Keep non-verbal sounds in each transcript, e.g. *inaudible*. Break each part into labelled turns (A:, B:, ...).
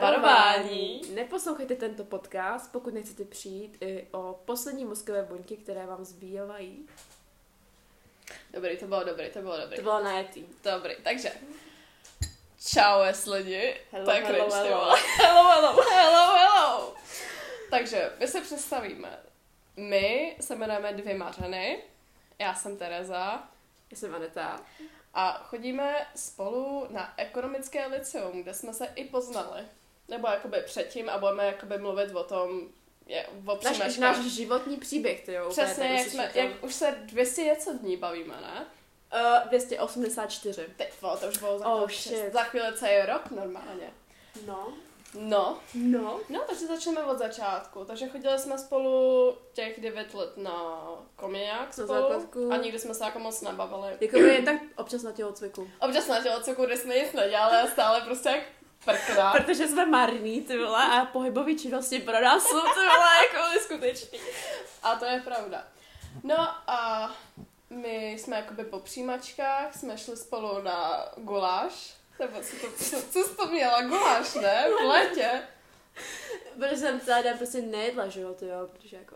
A: Varování.
B: Neposlouchejte tento podcast, pokud nechcete přijít i o poslední mozkové buňky, které vám zbývají.
A: Dobrý, to bylo dobrý, to bylo dobrý.
B: To bylo najetý.
A: Dobrý, takže. Čau, es lidi.
B: Hello,
A: tak
B: hello,
A: ryč, ty
B: hello.
A: vole. *laughs* hello, hello, hello, hello. Takže, my se představíme. My se jmenujeme Dvě Mařeny, já jsem Tereza
B: Já jsem Aneta.
A: a chodíme spolu na ekonomické liceum, kde jsme se i poznali. Nebo jakoby předtím a budeme jakoby mluvit o tom, je, o
B: Náš,
A: příjmečkách.
B: náš životní příběh, ty jo. úplně
A: Přesně,
B: tady
A: jak,
B: slyšíte.
A: jsme, jak už se 200 něco dní bavíme, ne?
B: Eh, 284.
A: Teď, vole, to už bylo za,
B: Oh,
A: chvíli,
B: shit.
A: za chvíli celý rok normálně.
B: No.
A: No,
B: No.
A: no, takže začneme od začátku. Takže chodili jsme spolu těch 9 let na komiňák
B: Na
A: spolu
B: základku.
A: a nikdy jsme se jako moc nebavili.
B: Jakoby je tak občas na tělocviku.
A: Občas na tělocviku, kde jsme nic nedělali a stále prostě jak prkna.
B: Protože jsme marní, ty vole, a pohybové činnosti pro nás jsou, ty vole, jako neskutečný.
A: A to je pravda. No a my jsme jakoby po přijímačkách, jsme šli spolu na guláš. Nebo co, to, co, co jsi to měla? Guláš, ne? V létě.
B: *laughs* Protože jsem celý den prostě nejedla, že jo, ty jo, protože jako,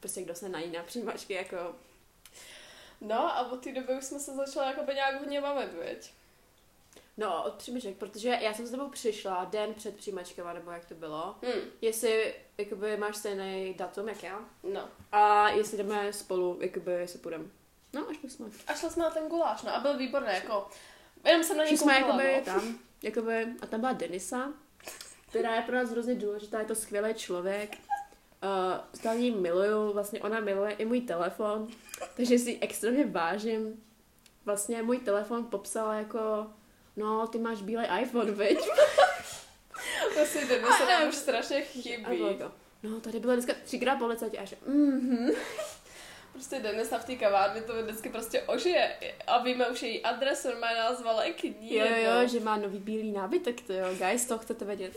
B: prostě kdo se nají na přijímačky, jako,
A: No a od té doby už jsme se začali jakoby nějak hodně bavit, viď?
B: no, od přijímaček, protože já jsem s tebou přišla den před přijímačkama, nebo jak to bylo,
A: Hm,
B: jestli, jakoby, máš stejný datum, jak já,
A: no.
B: a jestli jdeme spolu, jakoby, jestli půjdeme. No, až pak jsme.
A: A šla jsme na ten guláš, no a byl výborný, jako... Jenom jsem na něj
B: Že jsme
A: koukala,
B: jakoby
A: no.
B: tam, jakoby, a tam byla Denisa, která je pro nás hrozně důležitá, je to skvělý člověk. Uh, stále ji miluju, vlastně ona miluje i můj telefon, takže si jí extrémně vážím. Vlastně můj telefon popsala jako, no, ty máš bílý iPhone, viď?
A: To si Denise Prostě se
B: A-
A: nám už strašně
B: A bylo
A: chybí.
B: to, no, tady bylo dneska třikrát po licátě a že, mhm.
A: Prostě Denisa v té kavárně to vždycky prostě ožije. A víme už její adresu, normálně nás volá k ní. no.
B: Jo,
A: jednou.
B: jo, že má nový bílý nábytek, to jo, guys, to chcete vědět.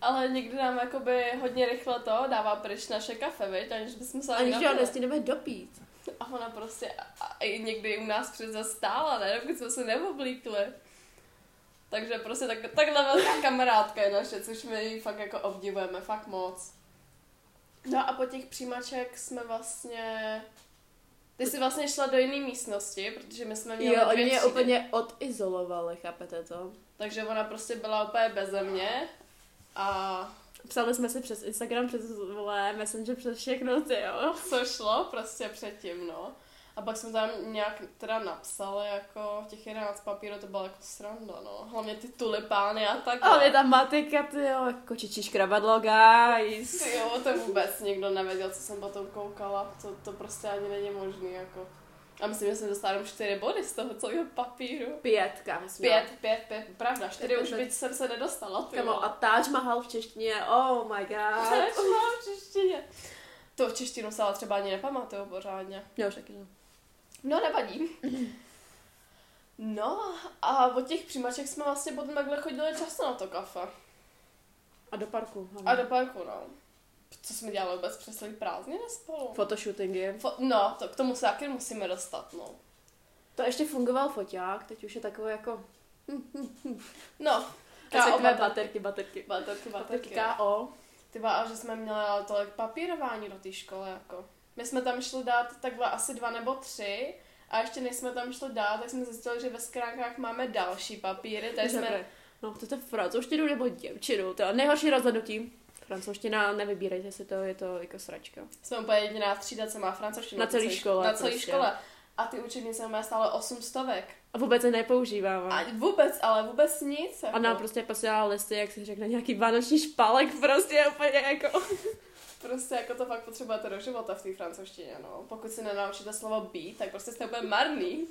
A: Ale někdy nám jakoby hodně rychle to dává pryč naše kafe, viď? Aniž bychom se
B: Ani
A: ani
B: že ho
A: napili.
B: nestihneme dopít.
A: A ona prostě a, a i někdy u nás přece stála, ne? Dokud jsme se neoblíkli. Takže prostě tak, takhle velká kamarádka je naše, což my ji fakt jako obdivujeme, fakt moc. No a po těch přijímaček jsme vlastně... Ty jsi vlastně šla do jiné místnosti, protože my jsme měli
B: Jo, oni
A: dvě
B: mě
A: třídy.
B: úplně odizolovali, chápete to?
A: Takže ona prostě byla úplně beze mě. A
B: Psali jsme si přes Instagram, přes vole, Messenger, přes všechno, ty jo.
A: co šlo prostě předtím, no. A pak jsme tam nějak teda napsali, jako těch 11 papírů to byla jako sranda, no. Hlavně ty tulipány a tak. no.
B: Ale je tam matika, ty jo, jako čičíš kravadlo, guys.
A: Jo, to vůbec nikdo nevěděl, co jsem potom koukala. To, to prostě ani není možný, jako. A myslím, že jsem dostala jenom 4 body z toho celého papíru.
B: Pětka, myslím.
A: Pět, pět, pět, pravda, čtyři
B: Pět,
A: už
B: pět.
A: byť jsem se nedostala, ty
B: Kamo, a Taj Mahal v češtině, oh my *laughs* god.
A: Proč mám v češtině? *laughs* To v češtinu se ale třeba ani nepamatuju pořádně.
B: Já už taky ne.
A: No, nevadí. No a od těch přijímaček jsme vlastně potom takhle chodili často na to kafe.
B: A do parku. hlavně.
A: A do parku, no. Co jsme dělali vůbec přes celý prázdniny spolu?
B: Fotoshootingy.
A: Fo- no, to, k tomu se taky musíme dostat, no.
B: To ještě fungoval foťák, teď už je takové jako...
A: No. K.O.
B: Takové baterky,
A: baterky,
B: baterky. Baterky
A: baterky, baterky.
B: K.O.
A: Ty vole, a že jsme měli tolik papírování do té školy, jako. My jsme tam šli dát takhle asi dva nebo tři a ještě než jsme tam šli dát, tak jsme zjistili, že ve skránkách máme další papíry, takže jsme...
B: Dobré. No, chcete francouzštinu nebo děvčinu, to je nejhorší rozhodnutí. Francouzština, nevybírejte si to, je to jako sračka.
A: Jsme úplně jediná třída, co má francouzštinu.
B: Na celý
A: Celý-
B: škole
A: Na celé
B: prostě.
A: škole. A ty učebnice má stále 8 stovek.
B: A vůbec se nepoužívám.
A: A vůbec, ale vůbec nic. Jako.
B: No. A nám prostě posílala listy, jak si řekne, nějaký vánoční špalek, prostě úplně jako...
A: Prostě jako to fakt potřebujete do života v té francouzštině, no. Pokud si nenaučíte slovo být, tak prostě jste úplně marný.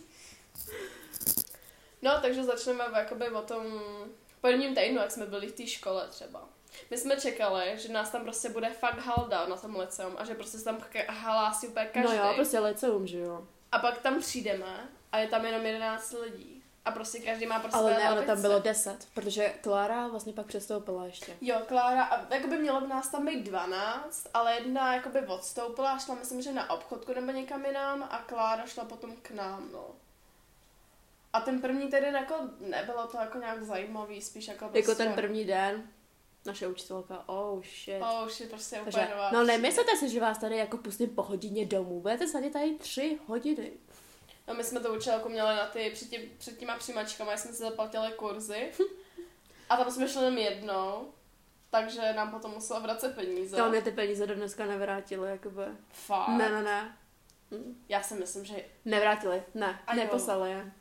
A: No, takže začneme jakoby o tom prvním týdnu, jak jsme byli v té škole třeba. My jsme
B: No
A: čekali, že nás tam prostě bude fakt halda na tom liceum a že prostě se tam ka- halásí úplně každý.
B: No jo, prostě liceum, že jo.
A: A pak tam přijdeme a je tam jenom 11 lidí. A prostě každý má prostě
B: Ale ne, ono
A: lavici.
B: tam bylo deset, protože Klára vlastně pak přestoupila ještě.
A: Jo, Klára, a jakoby mělo v nás tam být 12, ale jedna jakoby odstoupila a šla, myslím, že na obchodku nebo někam jinam a Klára šla potom k nám, no. A ten první tedy jako nebylo to jako nějak zajímavý, spíš jako
B: Jako ten první den, naše učitelka, oh shit.
A: Oh, shit, prostě úplně
B: Takže,
A: nová
B: no
A: příroda.
B: nemyslete si, že vás tady jako pustím po hodině domů, budete sedět tady tři hodiny.
A: No my jsme to učitelku měli na ty, před, tě, před těma přijímačkama, jsme si zaplatili
B: *laughs*
A: kurzy. A tam jsme šli jenom jednou, takže nám potom musela vracet peníze.
B: To mě ty peníze do dneska nevrátily, jakoby.
A: Fakt.
B: Ne, ne, ne. Mm.
A: Já si myslím, že...
B: Nevrátili, ne,
A: A jo.
B: neposlali je.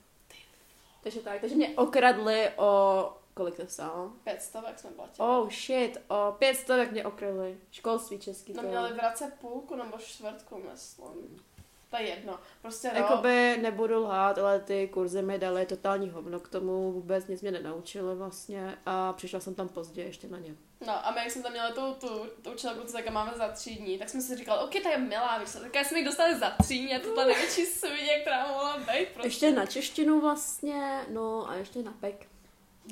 B: Takže tak, takže mě okradli o, kolik to stalo?
A: Pět stovek jsme platili.
B: Oh shit, o pět stovek mě okradli. Školství český.
A: No
B: to jo.
A: měli vracet půlku nebo čtvrtku, myslím. To je jedno. Prostě no,
B: Jakoby nebudu lhát, ale ty kurzy mi daly totální hovno k tomu, vůbec nic mě nenaučili vlastně a přišla jsem tam pozdě ještě na ně.
A: No a my, jak jsme tam měli tu, tu, tu učitelku, co také máme za tří dní, tak jsme si říkali, OK, to je milá, víš co, tak já jsme ji dostali za tří dní a to ta největší svině, která mohla být prostě.
B: Ještě na češtinu vlastně, no a ještě na pek.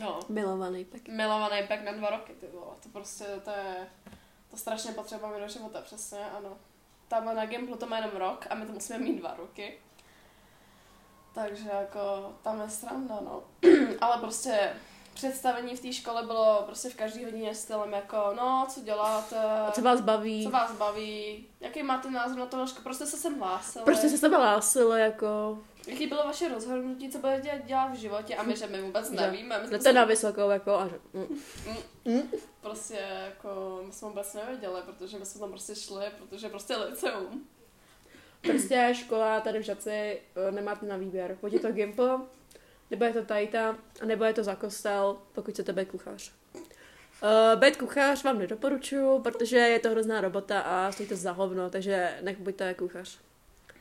A: No.
B: Milovaný pek.
A: Milovaný pek na dva roky, ty vole, to prostě, to je, to strašně potřeba mi do života, přesně, ano. Tam na Gimplu to má jenom rok a my to musíme mít dva roky. Takže jako, tam je sranda, no. *clears throat* Ale prostě představení v té škole bylo prostě v každý hodině stylem jako, no, co děláte,
B: A co vás baví?
A: co vás baví, jaký máte názor na to, prostě se sem hlásili.
B: Prostě se sebe lásili, jako,
A: Jaký bylo vaše rozhodnutí, co budete dělat v životě a my, že my vůbec
B: Že-
A: nevíme. My jsme
B: jdete
A: se-
B: na vysokou, jako, a že, mm.
A: prostě jako my jsme vůbec nevěděli, protože my jsme tam prostě šli, protože
B: *laughs*
A: prostě liceum.
B: prostě škola tady v Žaci, eh, nemáte na výběr. Buď je to Gimple, nebo je to Tajta, nebo je to za kostel, pokud chcete být kuchař. Uh, být kuchař vám nedoporučuju, protože je to hrozná robota a stojí to za hovno, takže nech buďte kuchař.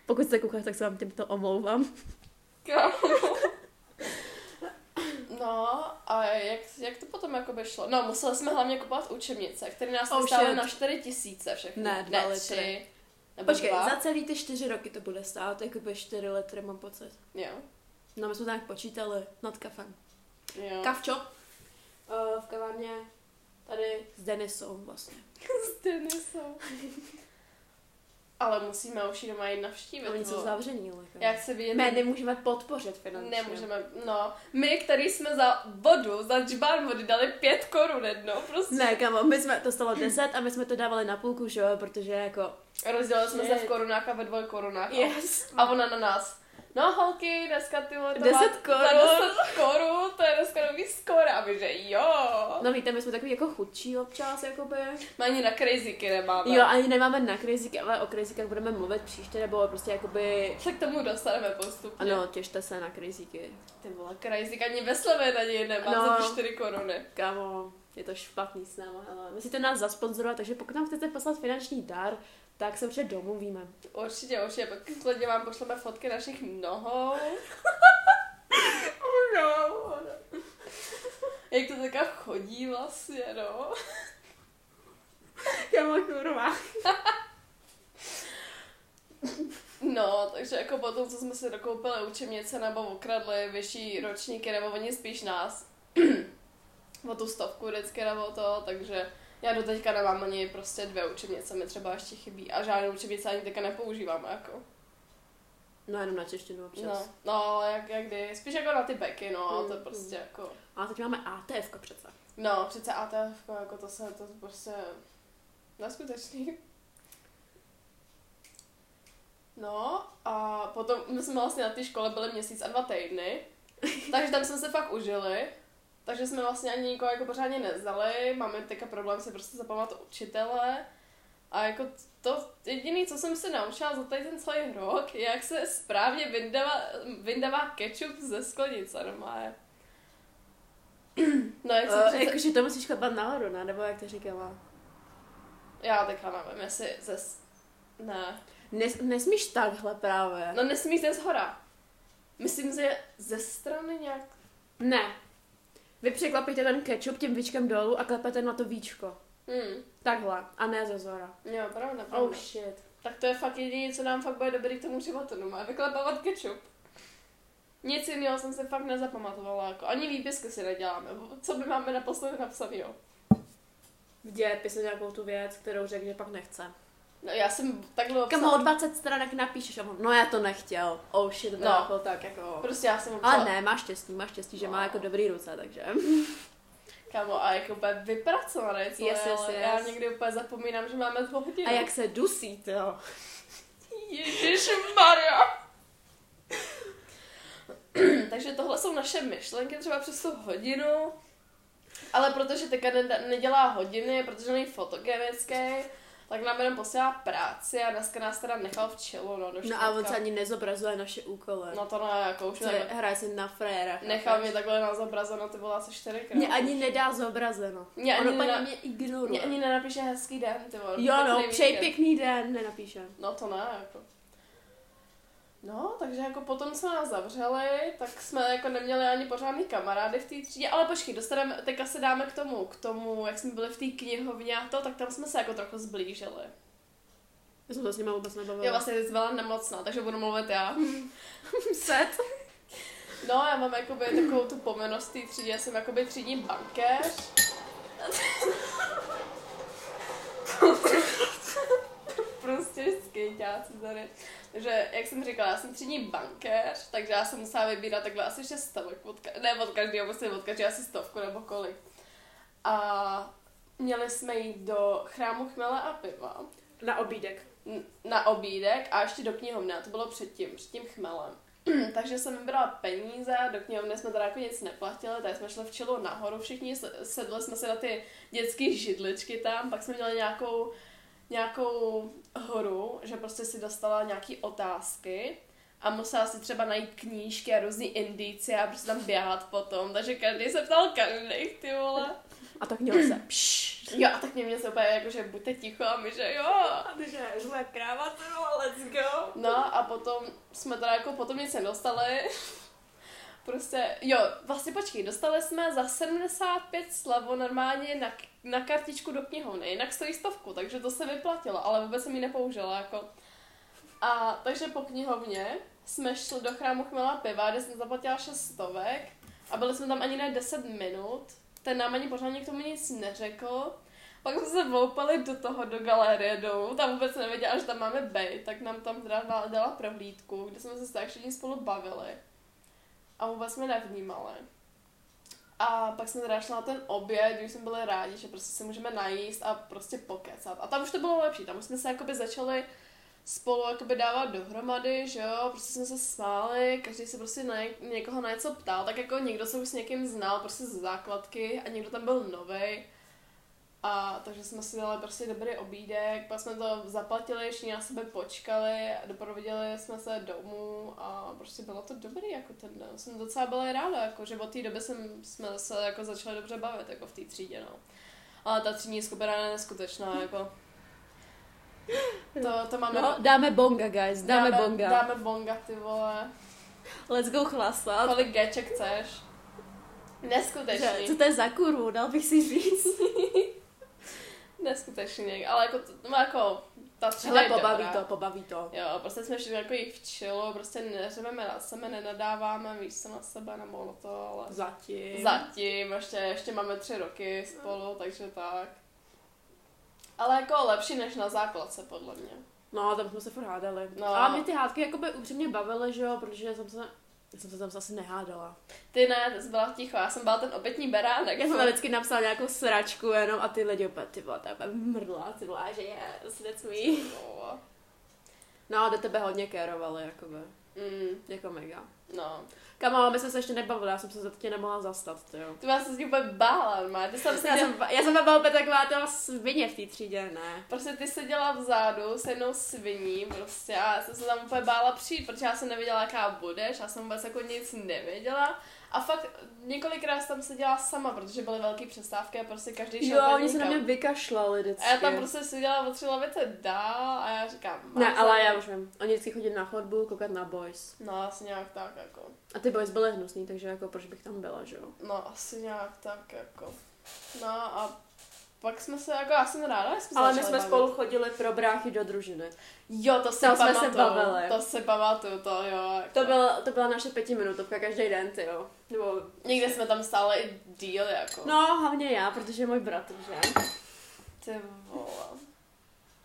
B: Pokud jste kuchař, tak se vám tímto omlouvám.
A: No a jak, jak to potom jako by šlo? No museli jsme hlavně kupovat učebnice, které nás
B: Oh,
A: oh, stály
B: shit.
A: na 4 tisíce všechny.
B: Ne, dva litry.
A: tři, Nebo dva?
B: celý ty čtyři roky to bude stát, jako by čtyři letry mám pocit.
A: Jo.
B: No my jsme tak počítali nad kafem.
A: Jo.
B: Kavčo. Uh, v kavárně tady s Denisou vlastně.
A: Kasty nejsou. Ale musíme už ji doma jít navštívit.
B: Oni jsou
A: vole.
B: zavření, ale jako.
A: Jak se vidět?
B: My nemůžeme podpořit finančně.
A: Nemůžeme, no. My, který jsme za vodu, za džbán vody dali pět korun jedno, prostě.
B: Ne, kamo, my jsme to stalo 10 a my jsme to dávali na půlku, že jo, protože jako...
A: Rozdělili jsme se
B: Shit.
A: v korunách a ve dvoj korunách. a-
B: Yes.
A: A ona na nás. No holky, dneska ty vole, to
B: 10
A: má-
B: korun.
A: Za 10 korun, to je dneska nový skoro. A my že jo.
B: No víte, my jsme takový jako chudší občas, jakoby.
A: My ani na crazyky nemáme.
B: Jo, ani nemáme na krizik, ale o krizikách budeme mluvit příště, nebo prostě jakoby...
A: Se k tomu dostaneme postupně.
B: Ano, těšte se na kriziky.
A: Ty vole, crazyk ani ve Slovenii nemá
B: No.
A: za ty 4 koruny.
B: Kámo, je to špatný s náma, ale musíte nás zasponzorovat, takže pokud nám chcete poslat finanční dar, tak se určitě domluvíme.
A: Určitě, určitě. Pak sledně vám pošleme fotky našich nohou. oh no. Jak to taká chodí vlastně, no.
B: Kámo, kurva.
A: No, takže jako potom, co jsme si dokoupili učebnice nebo okradli vyšší ročníky, nebo oni spíš nás *clears throat* o tu stovku vždycky nebo to, takže já do teďka nemám ani prostě dvě učebnice, mi třeba ještě chybí a žádnou učebnici ani teďka nepoužívám, jako.
B: No jenom na češtinu občas.
A: No,
B: No.
A: no, ale jak, jak kdy, spíš jako na ty beky, no, a to
B: Mm,
A: prostě jako,
B: A teď máme ATF přece.
A: no, přece ATF, jako to se, to prostě neskutečný. No a potom my jsme vlastně na té škole byli měsíc a dva týdny, takže tam jsme se fakt užili. Takže jsme vlastně ani nikoho jako pořádně neznali, máme teďka problém si prostě zapamatovat učitele. A jako to jediné, co jsem se naučila za tady ten celý rok, je jak se správně vyndává, vyndává ketchup ze sklenice normálně. No jak se
B: Uh,
A: přece...
B: Jakože to musíš klepat nahoru, ne? nebo jak to říkala.
A: Já teďka nevím, jestli ze... s- Ne.
B: Nes, nesmíš takhle právě.
A: No nesmí ze zhora. Myslím, že ze strany nějak...
B: Ne. Vy překlapíte ten ketchup tím víčkem dolů a klepete na to víčko.
A: Hmm.
B: Takhle. A ne ze zora.
A: Jo, pravda, pravda.
B: Oh shit.
A: Tak to je fakt jediné, co nám fakt bude dobrý k tomu životu, no má vyklepávat kečup. Nic jiného jsem se fakt nezapamatovala, jako ani výpisky si neděláme, co by máme naposledy napsanýho.
B: V dějepisu nějakou tu věc, kterou řekl, že pak nechce.
A: No, já jsem takhle
B: Kamo, o
A: obsala.
B: 20 stranek napíšeš a on, no já to nechtěl. Oh shit, no.
A: No.
B: jako tak jako...
A: Prostě já jsem obsala.
B: Ale ne, máš štěstí, máš štěstí, že má
A: No.
B: jako dobrý ruce, takže...
A: Kamo, a jako úplně vypracované celé,
B: Yes, yes,
A: ale
B: yes.
A: já někdy úplně zapomínám, že máme dvou hodiny.
B: A jak se dusí, to jo.
A: Ježíš Maria. *clears throat* Takže tohle jsou naše myšlenky třeba přes tu hodinu. Ale protože teďka neda- nedělá hodiny, protože není fotogenický, tak nám jenom posílá práci a dneska nás teda nechal v čilu, no, do
B: No a on
A: čtvrtka.
B: se ani nezobrazuje naše úkoly.
A: No to ne, jako už
B: to je,
A: ne.
B: hraje se na frérach.
A: Nechal mě takhle na zobrazeno, ty volá se čtyřikrát.
B: Mě ani nedá zobrazeno.
A: Mě
B: ono
A: ani
B: paní
A: nena-
B: mě ignoruje.
A: Mě ani nenapíše hezký den, ty vole.
B: Jo, no,
A: pěkný
B: přeji
A: víkend.
B: pěkný den, nenapíšem.
A: No to ne, jako. No, takže jako potom jsme nás zavřeli, tak jsme jako neměli ani pořádný kamarády v té třídě, ale počkej, dostaneme, teďka se dáme k tomu, k tomu, jak jsme byli v té knihovně a to, tak tam jsme se jako trochu zblížili.
B: Já jsem to s nima vůbec nebavila.
A: Já vlastně teď byla nemocná, takže budu mluvit já.
B: *laughs* set.
A: No, já mám jakoby takovou tu pomenost v té třídě, já jsem jakoby třídní bankéř. *laughs* prostě skejťáci tady. Takže, jak jsem říkala, já jsem třídní bankéř, takže já jsem musela vybírat takhle asi šest stovek, od ka- ne od každého, prostě od každého asi stovku nebo kolik. A měli jsme jít do chrámu chmele a piva
B: Na obídek.
A: n- na obídek a ještě do knihovny, a to bylo předtím, před tím chmelem. *clears throat* Takže jsem vybrala peníze, do knihovny jsme teda jako nic neplatili, tady jsme šli v čelu nahoru všichni, se- sedli jsme se na ty dětské židličky tam, pak jsme měli nějakou, nějakou horu, že prostě si dostala nějaký otázky a musela si třeba najít knížky a různý indicie a prostě tam běhat potom, takže každý se ptal každý, ty vole.
B: A tak měl se.
A: Pš, jo, a tak mě mě se úplně jako, že buďte ticho a my, že jo,
B: Takže žlé kráva, to no, let's go.
A: No a potom jsme teda jako potom nic nedostali. *laughs* Prostě, jo, vlastně počkej, dostali jsme za 75 slavo normálně na, na kartičku do knihovny, jinak stojí stovku, takže to se vyplatilo, ale vůbec jsem ji nepoužila, jako. A takže po knihovně jsme šli do chrámu chmela piva, kde jsem zaplatila 6 stovek a byli jsme tam ani ne 10 minut, ten nám ani pořádně k tomu nic neřekl, pak jsme se voupali do toho, do galerie dolů, tam vůbec nevěděla, že tam máme bej, tak nám tam teda dala, dala prohlídku, kde jsme se tak všichni spolu bavili. A vůbec jsme nevnímali. A pak jsme teda šli na ten oběd, už jsme byli rádi, že prostě si můžeme najíst a prostě pokecat. A tam už to bylo lepší, tam už jsme se jakoby začali spolu jakoby dávat dohromady, že jo, prostě jsme se smáli, každý se prostě na něk- někoho na něco ptal, tak jako někdo se už s někým znal prostě ze základky a někdo tam byl novej. A takže jsme si dali prostě dobrý obídek, pak jsme to zaplatili, všichni na sebe počkali, doprovodili jsme se domů a prostě bylo to dobrý jako ten den. Jsem docela byla ráda, jako, že od té doby jsem, jsme se jako začali dobře bavit jako v té třídě. No. Ale ta třídní skupina je neskutečná. Jako. To, to máme...
B: No, dáme bonga, guys, dáme, bonga.
A: Dáme bonga, ty vole.
B: Let's go chlasat.
A: Kolik geček chceš? Neskutečný.
B: Že, co to je za kurvu, dal bych si
A: *laughs*
B: říct.
A: Neskutečný, ale jako, to- no jako ta třída
B: Ale
A: je
B: pobaví
A: dobrá.
B: to, pobaví to.
A: Jo, prostě jsme všichni jako jich v chillu, prostě neřeveme na sebe, nenadáváme, víš se na sebe nebo na to, ale
B: Zatím.
A: zatím, ještě, ještě máme tři roky spolu, takže tak. Ale jako lepší než na základce, podle mě.
B: No, tam jsme se furt hádali. No.
A: No.
B: A mě ty hádky jakoby upřímně bavily, že jo, protože jsem se, já jsem se tam asi nehádala.
A: Ty ne, ty jsi byla ticho, já jsem byla ten obětní beránek.
B: Já jsem tam vždycky napsala nějakou sračku jenom a ty lidi opět, ty vole, to je úplně mrdla, ty vole, že yes, that's me.
A: No,
B: No a do tebe hodně kérovali, jakoby,
A: mm,
B: jako mega.
A: no.
B: Kamo, ale my jsme se ještě nebavili, já jsem se za to tě nemohla zastat, ty jo.
A: Ty vás se s tím úplně bála, normálně. Ty jsem
B: Já jsem, já jsem tam byla opět taková ta svině v té třídě, ne.
A: Prostě ty seděla vzadu se jednou sviní prostě a já jsem se tam úplně bála přijít, protože já jsem nevěděla, jaká budeš, já jsem vůbec jako nic nevěděla. A fakt několikrát jsem tam seděla sama, protože byly velké přestávky a prostě každý šel
B: Jo,
A: úplně
B: oni se na
A: někam.
B: mě vykašlali vždycky.
A: A já tam prostě seděla o tři lavice dál a já říkám, "Mám
B: Ne, ale
A: za-
B: já už vím. Oni vždycky chodili na chodbu koukat na boys.
A: No, asi nějak tak jako.
B: A ty boys byly hnusný, takže jako proč bych tam byla, že jo?
A: No, asi nějak tak jako. No a pak jsme se jako, já jsem ráda, že jsme se
B: Ale my
A: začali
B: jsme
A: bavit.
B: spolu chodili pro bráchy do družiny.
A: Jo, to si
B: Tam jsme se
A: pamatuju,
B: bavili.
A: to si pamatuju, to jo. Jako.
B: To, byl, to byla naše pětiminutovka každý den, ty jo. Nebo...
A: Někde jsme tam stále i díl, jako.
B: No, hlavně já, protože je můj bratr, že?
A: Ty vole.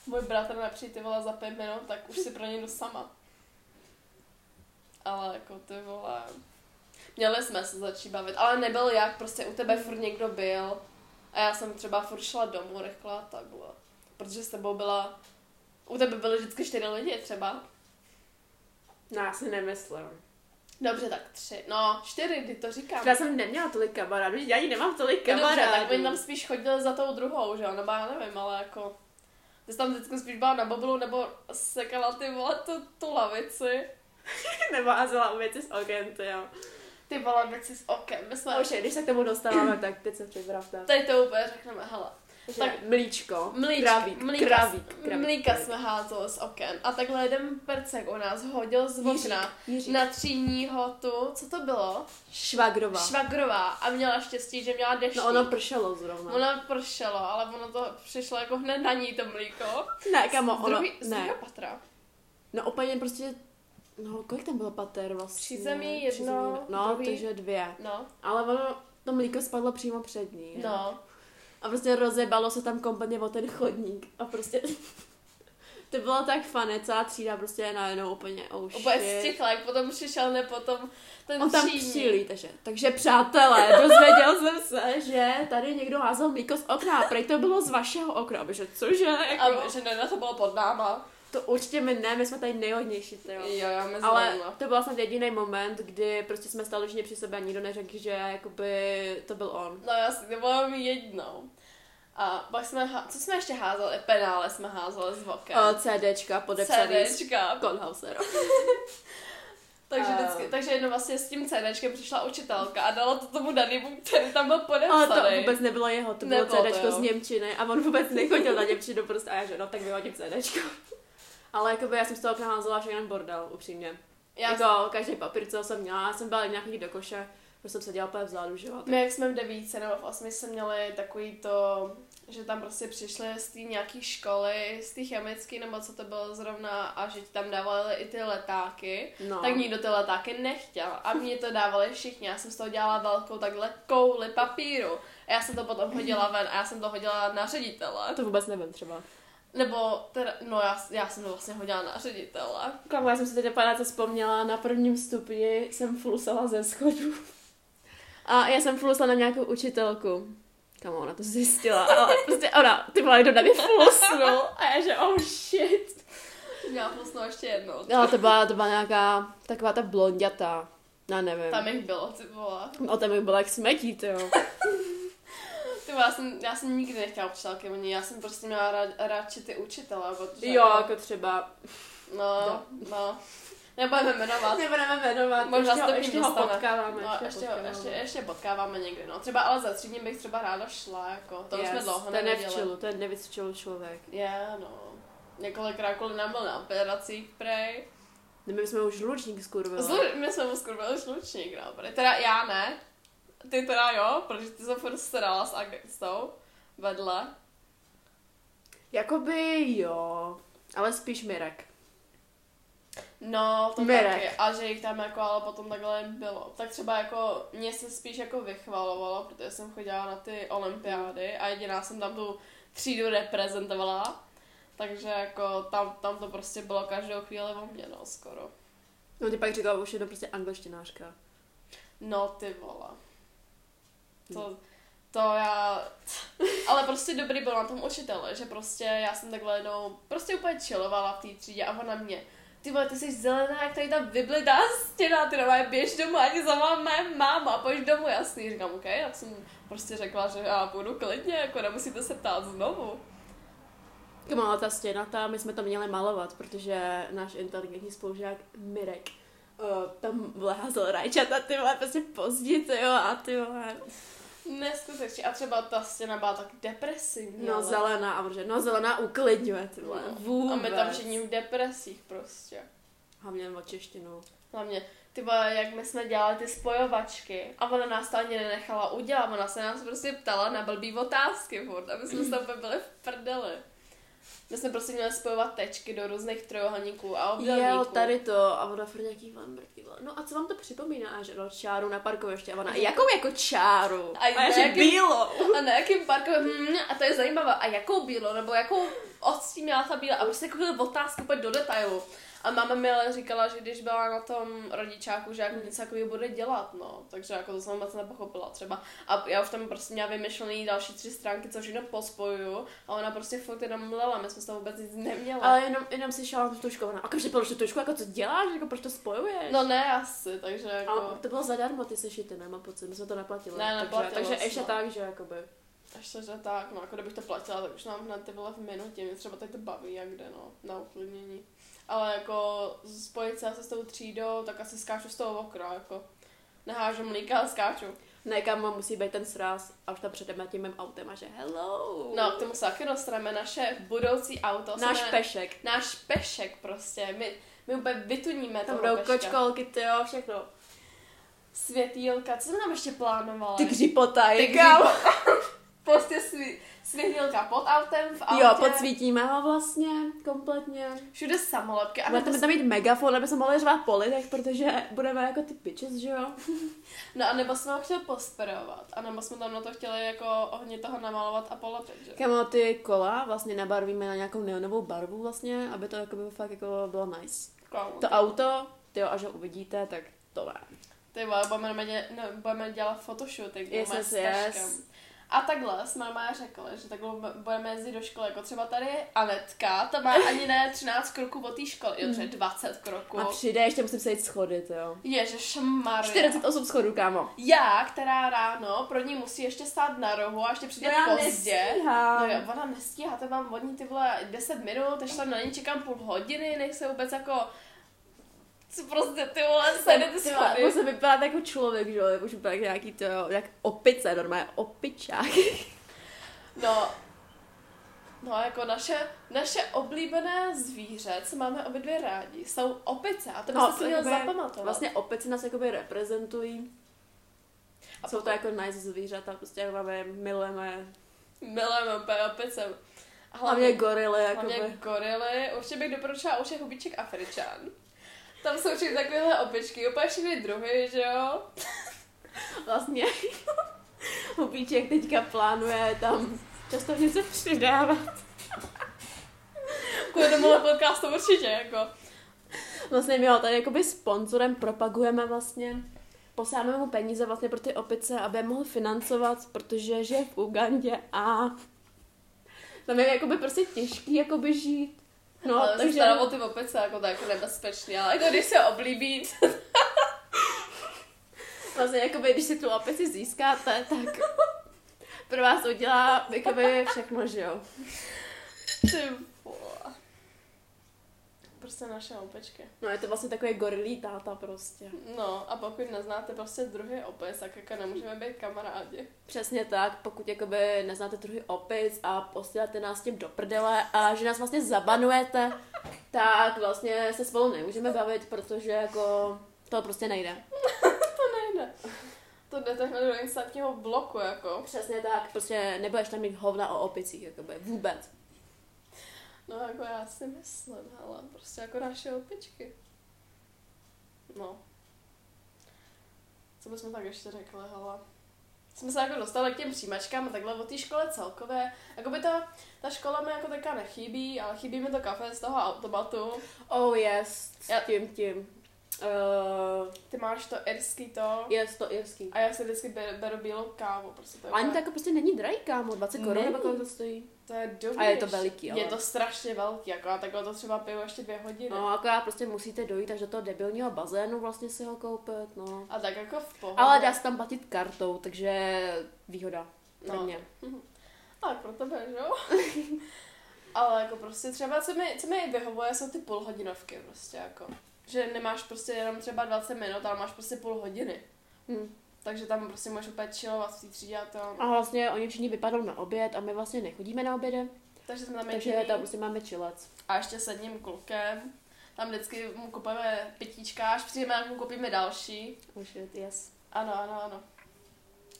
A: můj bratr nepřijde ty vole za pět minut, tak už si pro něj jdu sama. Ale jako ty vole... Měli jsme se začít bavit, ale nebyl jak, prostě u tebe furt někdo byl. A já jsem třeba furt šla domů, rychle takhle. Protože s tebou byla... U tebe byly vždycky čtyři lidi třeba.
B: No, já si nemyslím.
A: Dobře, tak tři. No, čtyři, kdy to říkám.
B: Já jsem neměla tolik kamarádů, já ani nemám tolik kamarádů.
A: No Dobře, tak oni tam spíš chodili za tou druhou, že jo? Nebo já nevím, ale jako... Ty jsi tam vždycky spíš byla na boblu, nebo sekala ty vole tu, tu lavici.
B: Nebo azela u věci z oken, to jo.
A: Ty vole věci s okem, my jsme...
B: No, Už je, když se k tomu dostáváme, tak teď se připravte.
A: Tady to úplně řekneme, hele.
B: Tak mlíčko,
A: Mlíčky,
B: kravík,
A: mlíka,
B: kravík, kravík,
A: mlíka jsme házeli z oken. A takhle jeden percek u nás hodil z
B: Jiřík,
A: okna.
B: Jiřík.
A: Na tříního tu, co to bylo?
B: Švagrova.
A: Švagrová. A měla štěstí, že měla dešník.
B: No ono pršelo zrovna.
A: Ono pršelo, ale ono to přišlo jako hned na ní to mlíko.
B: Ne, kamo, ono,
A: Druhý, z
B: ne.
A: druhého patra.
B: No úplně prostě, no kolik tam bylo pater vlastně?
A: Přízemí jedno,
B: Přízemí- No,
A: druhý.
B: takže dvě.
A: No,
B: Ale ono, to mlíko spadlo přímo před ní. jo.
A: no.
B: A prostě rozebalo se tam kompletně o ten chodník. A prostě... *laughs* to bylo tak fane, celá třída prostě najednou úplně oh
A: Úplně
B: shit.
A: stichla, jak potom přišel, ne potom ten
B: On tam
A: třídní.
B: přílí, takže, takže přátelé, *laughs* dozvěděl jsem se, že tady někdo házel mlíko z okna a prej to bylo z vašeho okna, protože cože, jako,
A: A že ne, to bylo pod náma.
B: to určitě my ne, my jsme tady nejhodnější, to jo.
A: Jo, jo, my
B: Ale
A: zrovna.
B: to byl snad jediný moment, kdy prostě jsme stali všichni při sebe a nikdo neřekl, že jakoby to byl on.
A: No já si to bylo jenom jednou. A pak jsme, há- co jsme ještě házeli? Penále jsme házeli s vokem.
B: O, CDčka podepsaný z
A: CDčka.
B: Konhauser.
A: Takže,
B: A-
A: vždycky, takže jednou vlastně s tím CDčkem přišla učitelka a dala to tomu Danimu, který tam byl
B: *laughs* Ale
A: podepsaný.
B: to vůbec nebylo jeho, to bylo
A: Nebylo to,
B: CDčko
A: jo.
B: z Němčiny a on vůbec nechodil na Němčinu prostě a já že no, tak vyhodím CDčko. Ale jakoby já jsem z toho okna házela všechny bordel, upřímně.
A: Já
B: Jako každý papír, co jsem měla, já jsem byla nějaký do koše, prostě jsem seděla úplně vzadu, že jo. tak-
A: My, jak jsme v devíce nebo v osmi, jsme měli takový to, že tam prostě přišli z té nějaký školy, z té chemické nebo co to bylo zrovna, a že ti tam dávali i ty letáky.
B: No.
A: No. Tak nikdo ty letáky nechtěl. A mě to dávali všichni. Já jsem z toho dělala velkou takhle kouli papíru. A já jsem to potom hodila ven a já jsem to hodila na ředitele.
B: To vůbec nevím třeba.
A: Nebo, teda, no já, já jsem to vlastně hodila na ředitele.
B: Klamo, já jsem si teď pár co vzpomněla, na prvním stupni jsem flusala ze schodu. A já jsem flusla na nějakou učitelku. Kamo, ona to zjistila, ale prostě ona, ty vole, někdo na mě flusnul. A já že, oh shit.
A: Měla prostě ještě jednou.
B: Ale No, to byla, to byla nějaká taková ta blonděta. Já nevím.
A: Tam jich bylo, ty vole.
B: O tam jak byla jak smetí, to jo.
A: Ty, vole, já, jsem, já jsem nikdy nechtěla učitelky, oni, já jsem prostě měla rád, radši ty učitele, protože... jako-
B: jako třeba.
A: No,
B: Jo.
A: no. Nebudeme *laughs* jmenovat.
B: Nebudeme jmenovat,
A: Možná
B: možná ještě, ho-
A: se to k
B: ještě
A: ním
B: ho
A: dostane.
B: potkáváme.
A: No, ještě, ho- ještě, ještě potkáváme někdy, no. Třeba ale za třídním bych třeba ráda šla, jako. To yes, jsme dlouho
B: ten
A: neviděli.
B: nevčil, ten nevyčil člověk.
A: Je, no. Několikrát kvůli nám byl na operacích, prej.
B: No, my jsme už žlučník skurvili.
A: Zlu, my jsme mu skurvili slučník, no, prej. Teda já ne. Ty teda jo, protože ty se furt starala s agentou vedle.
B: Jakoby jo, ale spíš Mirek.
A: No, to
B: Mirek.
A: taky. A že jich tam jako, ale potom takhle bylo. Tak třeba jako, mě se spíš jako vychvalovalo, protože jsem chodila na ty olympiády a jediná jsem tam tu třídu reprezentovala. Takže jako tam, tam to prostě bylo každou chvíli o mě, no, skoro.
B: No ty pak říkal už jedno prostě angličtinářka.
A: No ty vole. To, to já... *laughs* Ale prostě dobrý byl na tom učitele, že prostě já jsem takhle jednou prostě úplně chillovala v té třídě a ona mě ty vole, ty jsi zelená, jak tady ta vyblitá stěna, ty nové běž domů, ani za vám má máma, pojď domů, jasný, říkám, OK, tak jsem prostě řekla, že já budu klidně, jako nemusíte se ptát znovu.
B: Kamala Jako ta stěna, ta, my jsme to měli malovat, protože náš inteligentní spolužák Mirek uh, tam vlehazel rajčata, ty vole, prostě pozdě, ty jo, a ty vole.
A: Neskutečně. A třeba ta stěna byla tak depresivní.
B: No
A: ale-
B: zelená, a protože, no zelená uklidňuje, ty vole,
A: No.
B: vůbec.
A: A my tam všichni v depresích prostě.
B: Hlavně o češtinu.
A: Hlavně, ty vole, jak my jsme dělali ty spojovačky a ona nás to ani nenechala udělat, ona se nás prostě ptala na blbý otázky furt a my jsme
B: *clears throat*
A: se úplně byli v prdeli. My jsme prostě měli spojovat tečky do různých trojuhelníků a obdélníků.
B: Jo, tady to, a ona furt nějaký van mrtý, vole. No a co vám to připomíná, A že no, čáru na parkovišti, a ona, jakou jako čáru?
A: A
B: já,
A: na
B: že
A: jakém-
B: bílou.
A: hm, A na jakým parku, hmm, a to je zajímavé, a jakou bílo, nebo jakou odstíněla ta bílá a prostě jako byly otázky úplně do detailu. A máma mi ale říkala, že když byla na tom rodičáku, že jako něco takového bude dělat, no. Takže jako to jsem moc nepochopila třeba. A já už tam prostě měla vymyšlený další tři stránky, co všechno pospojuju. A ona prostě furt jenom mlela, my jsme s tam vůbec nic neměla.
B: Ale jenom, jenom si šla na tu tušku, ona, a když tu tušku, jako co děláš, jako proč to spojuješ?
A: No ne asi, takže jako...
B: a to bylo zadarmo, ty sešity, ne, mám pocit, my jsme to neplatili.
A: Ne, neplatilo
B: takže,
A: se,
B: takže ještě
A: no.
B: tak, že jakoby.
A: Až to, že tak, no, jako kdybych to platila, tak už nám hned ty vole v minutě, mě třeba teď to baví, jak jde, no, na uklidnění. Ale jako spojit se asi s tou třídou, tak asi skáču z toho okra, jako. Nehážu mlíka, ale skáču.
B: Ne, kámo, musí být ten sraz a už tam předeme tím mým autem a že hello.
A: No, k tomu se taky dostaneme, naše budoucí auto. se
B: Náš
A: jmenuje-
B: pešek.
A: Náš pešek prostě, my, my úplně vytuníme
B: Tam
A: toho
B: jdou
A: peška.
B: kočkolky, ty jo, všechno.
A: Světýlka, co jsem nám ještě plánovala?
B: Ty křipota,
A: Ty
B: je, kámo.
A: *laughs* Prostě svý, světýlka pod autem, v autě.
B: Jo, podsvítíme ho vlastně kompletně.
A: Všude samolepky.
B: A budeme
A: nebo-
B: tam mít megafon, aby se mohli řvát po lidech, protože budeme jako ty bitches, že jo?
A: No a nebo jsme ho chtěli posprovat, a nebo jsme tam na to chtěli jako ohně toho namalovat a polepit, že?
B: Kamo, ty kola vlastně nabarvíme na nějakou neonovou barvu vlastně, aby to jako by fakt jako bylo nice.
A: Kámo.
B: To auto, ty jo, až ho uvidíte, tak to ne.
A: Ty vole, budeme, dě, no, budeme dělat photoshooting
B: Yes,
A: normálně
B: yes,
A: s taškem.
B: yes.
A: A takhle jsme normálně řekli, že takhle bu- budeme jezdit do školy, jako třeba tady je Anetka, ta má ani ne 13 kroků od té školy, jo, třeba 20 kroků.
B: A přijde, ještě musím sejít schody, ty jo.
A: Ježišmarja.
B: 48 schodů, kámo.
A: Já, která ráno pro ní musí ještě stát na rohu a ještě přijde pozdě. No jo,
B: nestíhám.
A: ona nestíhá, to mám od ní ty vole 10 minut, takže tam na ní čekám půl hodiny, než se vůbec jako... Co prostě ty vole, sejde ty
B: Ty vole,
A: schody.
B: Musím vypadat jako člověk, že jo, už vypadat jako nějaký to, jak opice, normálně opičák.
A: No, no a jako naše, naše oblíbené zvíře, co máme obě dvě rádi, jsou opice a to byste
B: No,
A: no, si měl
B: jakoby-
A: zapamatovat.
B: Vlastně opice nás jakoby reprezentují.
A: A
B: A jsou to
A: potom-
B: jako nice zvířata, prostě jak máme, milujeme.
A: Milujeme úplně opice. A
B: Hlavně gorily,
A: Hlavně
B: jakoby.
A: gorily, určitě bych doporučila u všech hubíček Afričan. Tam jsou všechny takovéhle opičky, úplně všechny druhy, že jo?
B: Vlastně *laughs* Hubíček teďka plánuje tam často něco přidávat.
A: Kvůli tomu podcastu určitě, jako.
B: Vlastně my ho tady jakoby sponzorem propagujeme vlastně. Posláme mu peníze vlastně pro ty opice, aby je mohl financovat, protože žije v Ugandě a tam je jakoby prostě těžký jakoby žít. No,
A: ale takže...
B: takže...
A: Stará o ty opice, jako tak jako nebezpečný, ale jako když se oblíbí, *laughs*
B: Vlastně, jakoby, když si tu opici získáte, tak pro vás udělá jakoby, všechno, že jo.
A: ty vole. Prostě naše opičky.
B: No je to vlastně takový gorilý táta prostě.
A: No a pokud neznáte prostě druhý opic, tak jako nemůžeme být kamarádi.
B: Přesně tak, pokud jakoby neznáte druhý opic a posíláte nás tím do prdele a že nás vlastně zabanujete, tak vlastně se spolu nemůžeme bavit, protože jako to prostě nejde.
A: Nejde. To jde takhle do instantního bloku, jako.
B: Přesně tak, prostě nebudeš tam mít hovna o opicích, jakoby vůbec.
A: No jako já si myslím, ale prostě jako naše opičky. No. Co bychom tak ještě řekli, hele. Jsme se jako dostali k těm přijímačkám a takhle o té škole celkové. Jakoby ta, ta škola mi jako taká nechybí, ale chybí mi to kafe z toho automatu.
B: Oh yes,
A: Já-
B: s tím, tím. Uh,
A: Ty máš to irský to.
B: yes, to irský.
A: A já si vždycky be- beru bílou kávu, prostě to je,
B: Ani to
A: úplně-
B: jako prostě není drahý, kámo, 20 korun
A: Není.
B: nebo kolik to stojí.
A: to je dobrý.
B: A je to
A: ještě.
B: veliký, ale-
A: Je to strašně velký, jako a takhle to třeba piju ještě dvě hodiny.
B: No, jako já prostě musíte dojít až do toho debilního bazénu vlastně si ho koupit, no.
A: A tak jako v pohodě.
B: Ale dá se tam platit kartou, takže výhoda. Pro
A: No.
B: mě.
A: Ale pro tebe, že
B: *laughs*
A: jo? Ale jako prostě třeba, co mi, co mi vyhovuje, jsou ty půlhodinovky prostě jako. Že nemáš prostě jenom třeba 20 minut, ale máš prostě půl hodiny.
B: Hm.
A: Takže tam prostě můžeš úplně chillovat v té třídě a to.
B: A vlastně oni všichni vypadnou na oběd a my vlastně nechodíme na obědy,
A: Takže jsme tam
B: takže
A: jediný.
B: tam prostě máme chillec.
A: A ještě s jedním klukem. Tam vždycky mu kupujeme pitíčka, až přijdeme, tak mu koupíme další.
B: Oh shit, yes.
A: Ano, ano, ano.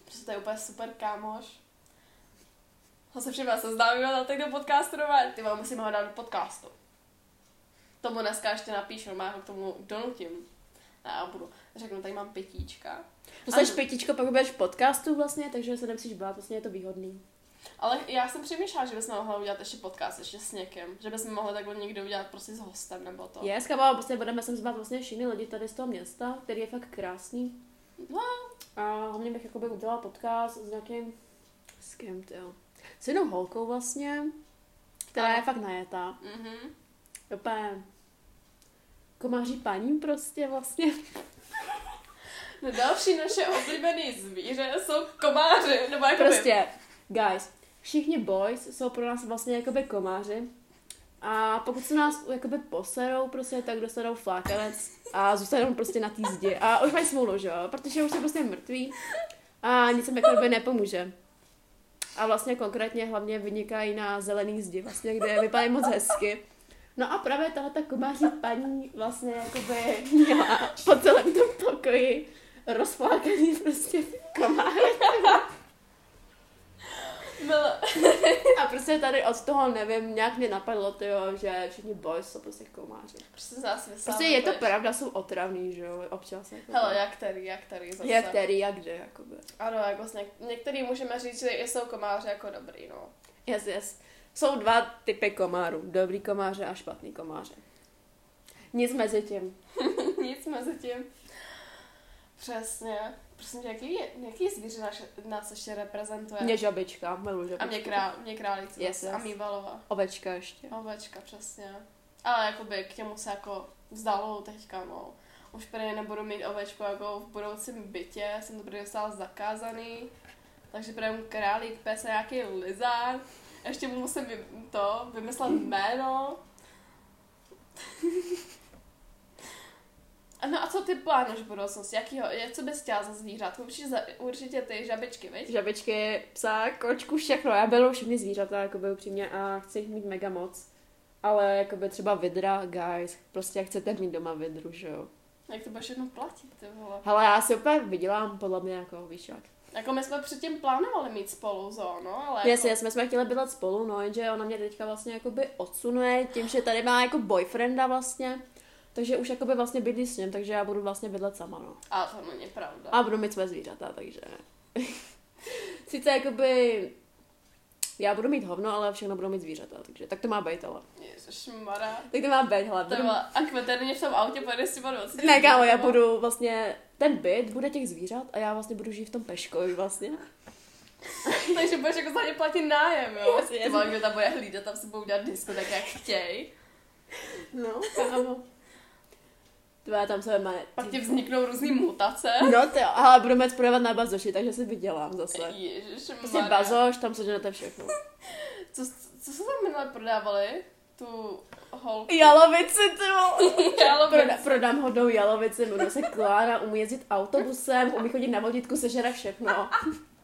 A: Prostě to je úplně super kámoš. Ho se všema seznámíme na do podcastu normálně. Ty vole, musíme ho dát do podcastu. Tomu dneska ještě napíšu, má ho k tomu donutím. A já budu, řeknu, tady mám pětíčka.
B: Dostaneš
A: Ano.
B: pětičko, pak budeš v podcastu vlastně, takže se nemusíš bát, vlastně je to výhodný.
A: Ale já jsem přemýšlela, že bychom mohla udělat ještě podcast ještě s někým. Že bychom mohli takhle někdy udělat prostě s hostem nebo to.
B: Je, s kabou, prostě budeme se zbavit vlastně všichni lidi tady z toho města, který je fakt krásný.
A: No.
B: A hlavně bych jakoby udělala podcast s nějakým... S kým, tyjo? S jednou holkou vlastně, která
A: Ano.
B: je fakt najetá.
A: Mhm.
B: Úplně komáří paní prostě vlastně.
A: No další naše oblíbené zvíře jsou komáři, nebo jako jakoby...
B: Prostě, guys, všichni boys jsou pro nás vlastně jakoby komáři. A pokud se nás jakoby poserou, prostě tak dostanou flákanec a zůstanou prostě na té zdi. A už mají smůlu, že jo? Protože už jsou prostě mrtví a nic jim jakoby nepomůže. A vlastně konkrétně hlavně vynikají na zelený zdi, vlastně, kde vypadají moc hezky. No a právě tahle ta komáří paní vlastně jakoby měla po celém tom pokoji rozflákaný prostě komáry.
A: Mil...
B: A prostě tady od toho, nevím, nějak mě napadlo, tyjo, že všichni boys jsou prostě komáři.
A: Prostě z nás nesám,
B: Prostě je to pravda, jsou otravný, že jo, občas. Jako
A: Hele, jak který, jak který zase.
B: jak který, jak kde, jakoby.
A: Ano, jako s něk- některý můžeme říct, že jsou komáři jako dobrý, no.
B: Yes, yes. Jsou dva typy komárů, dobrý komáře a špatný komáře. Nic mezi tím.
A: Nic mezi tím. Přesně. Prosím tě, jaký, jaký zvíře nás, nás ještě reprezentuje?
B: Mě žabička, milu žabičku.
A: a mě, král, mě králíci.
B: Yes, yes.
A: A mývalová.
B: Ovečka ještě.
A: Ovečka, přesně. Ale jakoby k němu se jako vzdalo teďka, no. Už prý nebudu mít ovečku jako v budoucím bytě, jsem to prý dostala zakázaný. Takže prý králík, pes a nějaký lizard. Ještě mu musím vy, to vymyslet jméno. A No a co ty plánuješ v budoucnosti? Jakýho, jak, co bys chtěla za zvířátko? Určitě, za- určitě ty žabičky, viď?
B: Žabičky, psa, kočku, všechno. Já beru všechny zvířata, jakoby upřímně, a chci jich mít mega moc. Ale jakoby třeba vidra, guys, prostě jak chcete mít doma vidru, že jo.
A: Jak to budeš jednou platit, ty vole?
B: Hele, já si úplně vydělám podle mě jako víš jak.
A: Jako my jsme předtím plánovali mít spolu zónu, ale
B: Yes,
A: jako...
B: yes, my jsme chtěli bydlet spolu, no, jenže ona mě teďka vlastně jakoby odsunuje tím, že tady má jako boyfrienda vlastně. Takže už jakoby vlastně bydlí s ním, takže já budu vlastně bydlet sama, no.
A: A to není pravda.
B: A budu mít své zvířata, takže... *laughs* Sice jakoby... Já budu mít hovno, ale všechno budou mít zvířata, takže tak to má být, ale.
A: Ježišmarja.
B: Tak to má být, hele.
A: To
B: Budu...
A: byla, a k veterině v tom autě pojede s těma 20.
B: Ne, kámo, já budu vlastně... Ten byt bude těch zvířat a já vlastně budu žít v tom peškovi vlastně.
A: *laughs* Takže budeš jako za ně platit nájem, jo?
B: Jasně,
A: Ty vole, kdo tam bude hlídat, tam si budou dělat disco tak, jak chtěj.
B: No, kámo. Tvoje tam se má...
A: Pak ti vzniknou různý mutace.
B: No to jo, ale budu mít prodávat na bazoši, takže si vydělám zase. Prostě
A: Ježišmarja.
B: bazoš, tam se ženete všechno.
A: Co, co se tam minule prodávali? Tu holku. *laughs*
B: Jalovici, ty vole.
A: Jalovici.
B: Proda, Prodám hodnou jalovici, budu se klára, umí jezdit autobusem, umí chodit na vodítku, sežere všechno.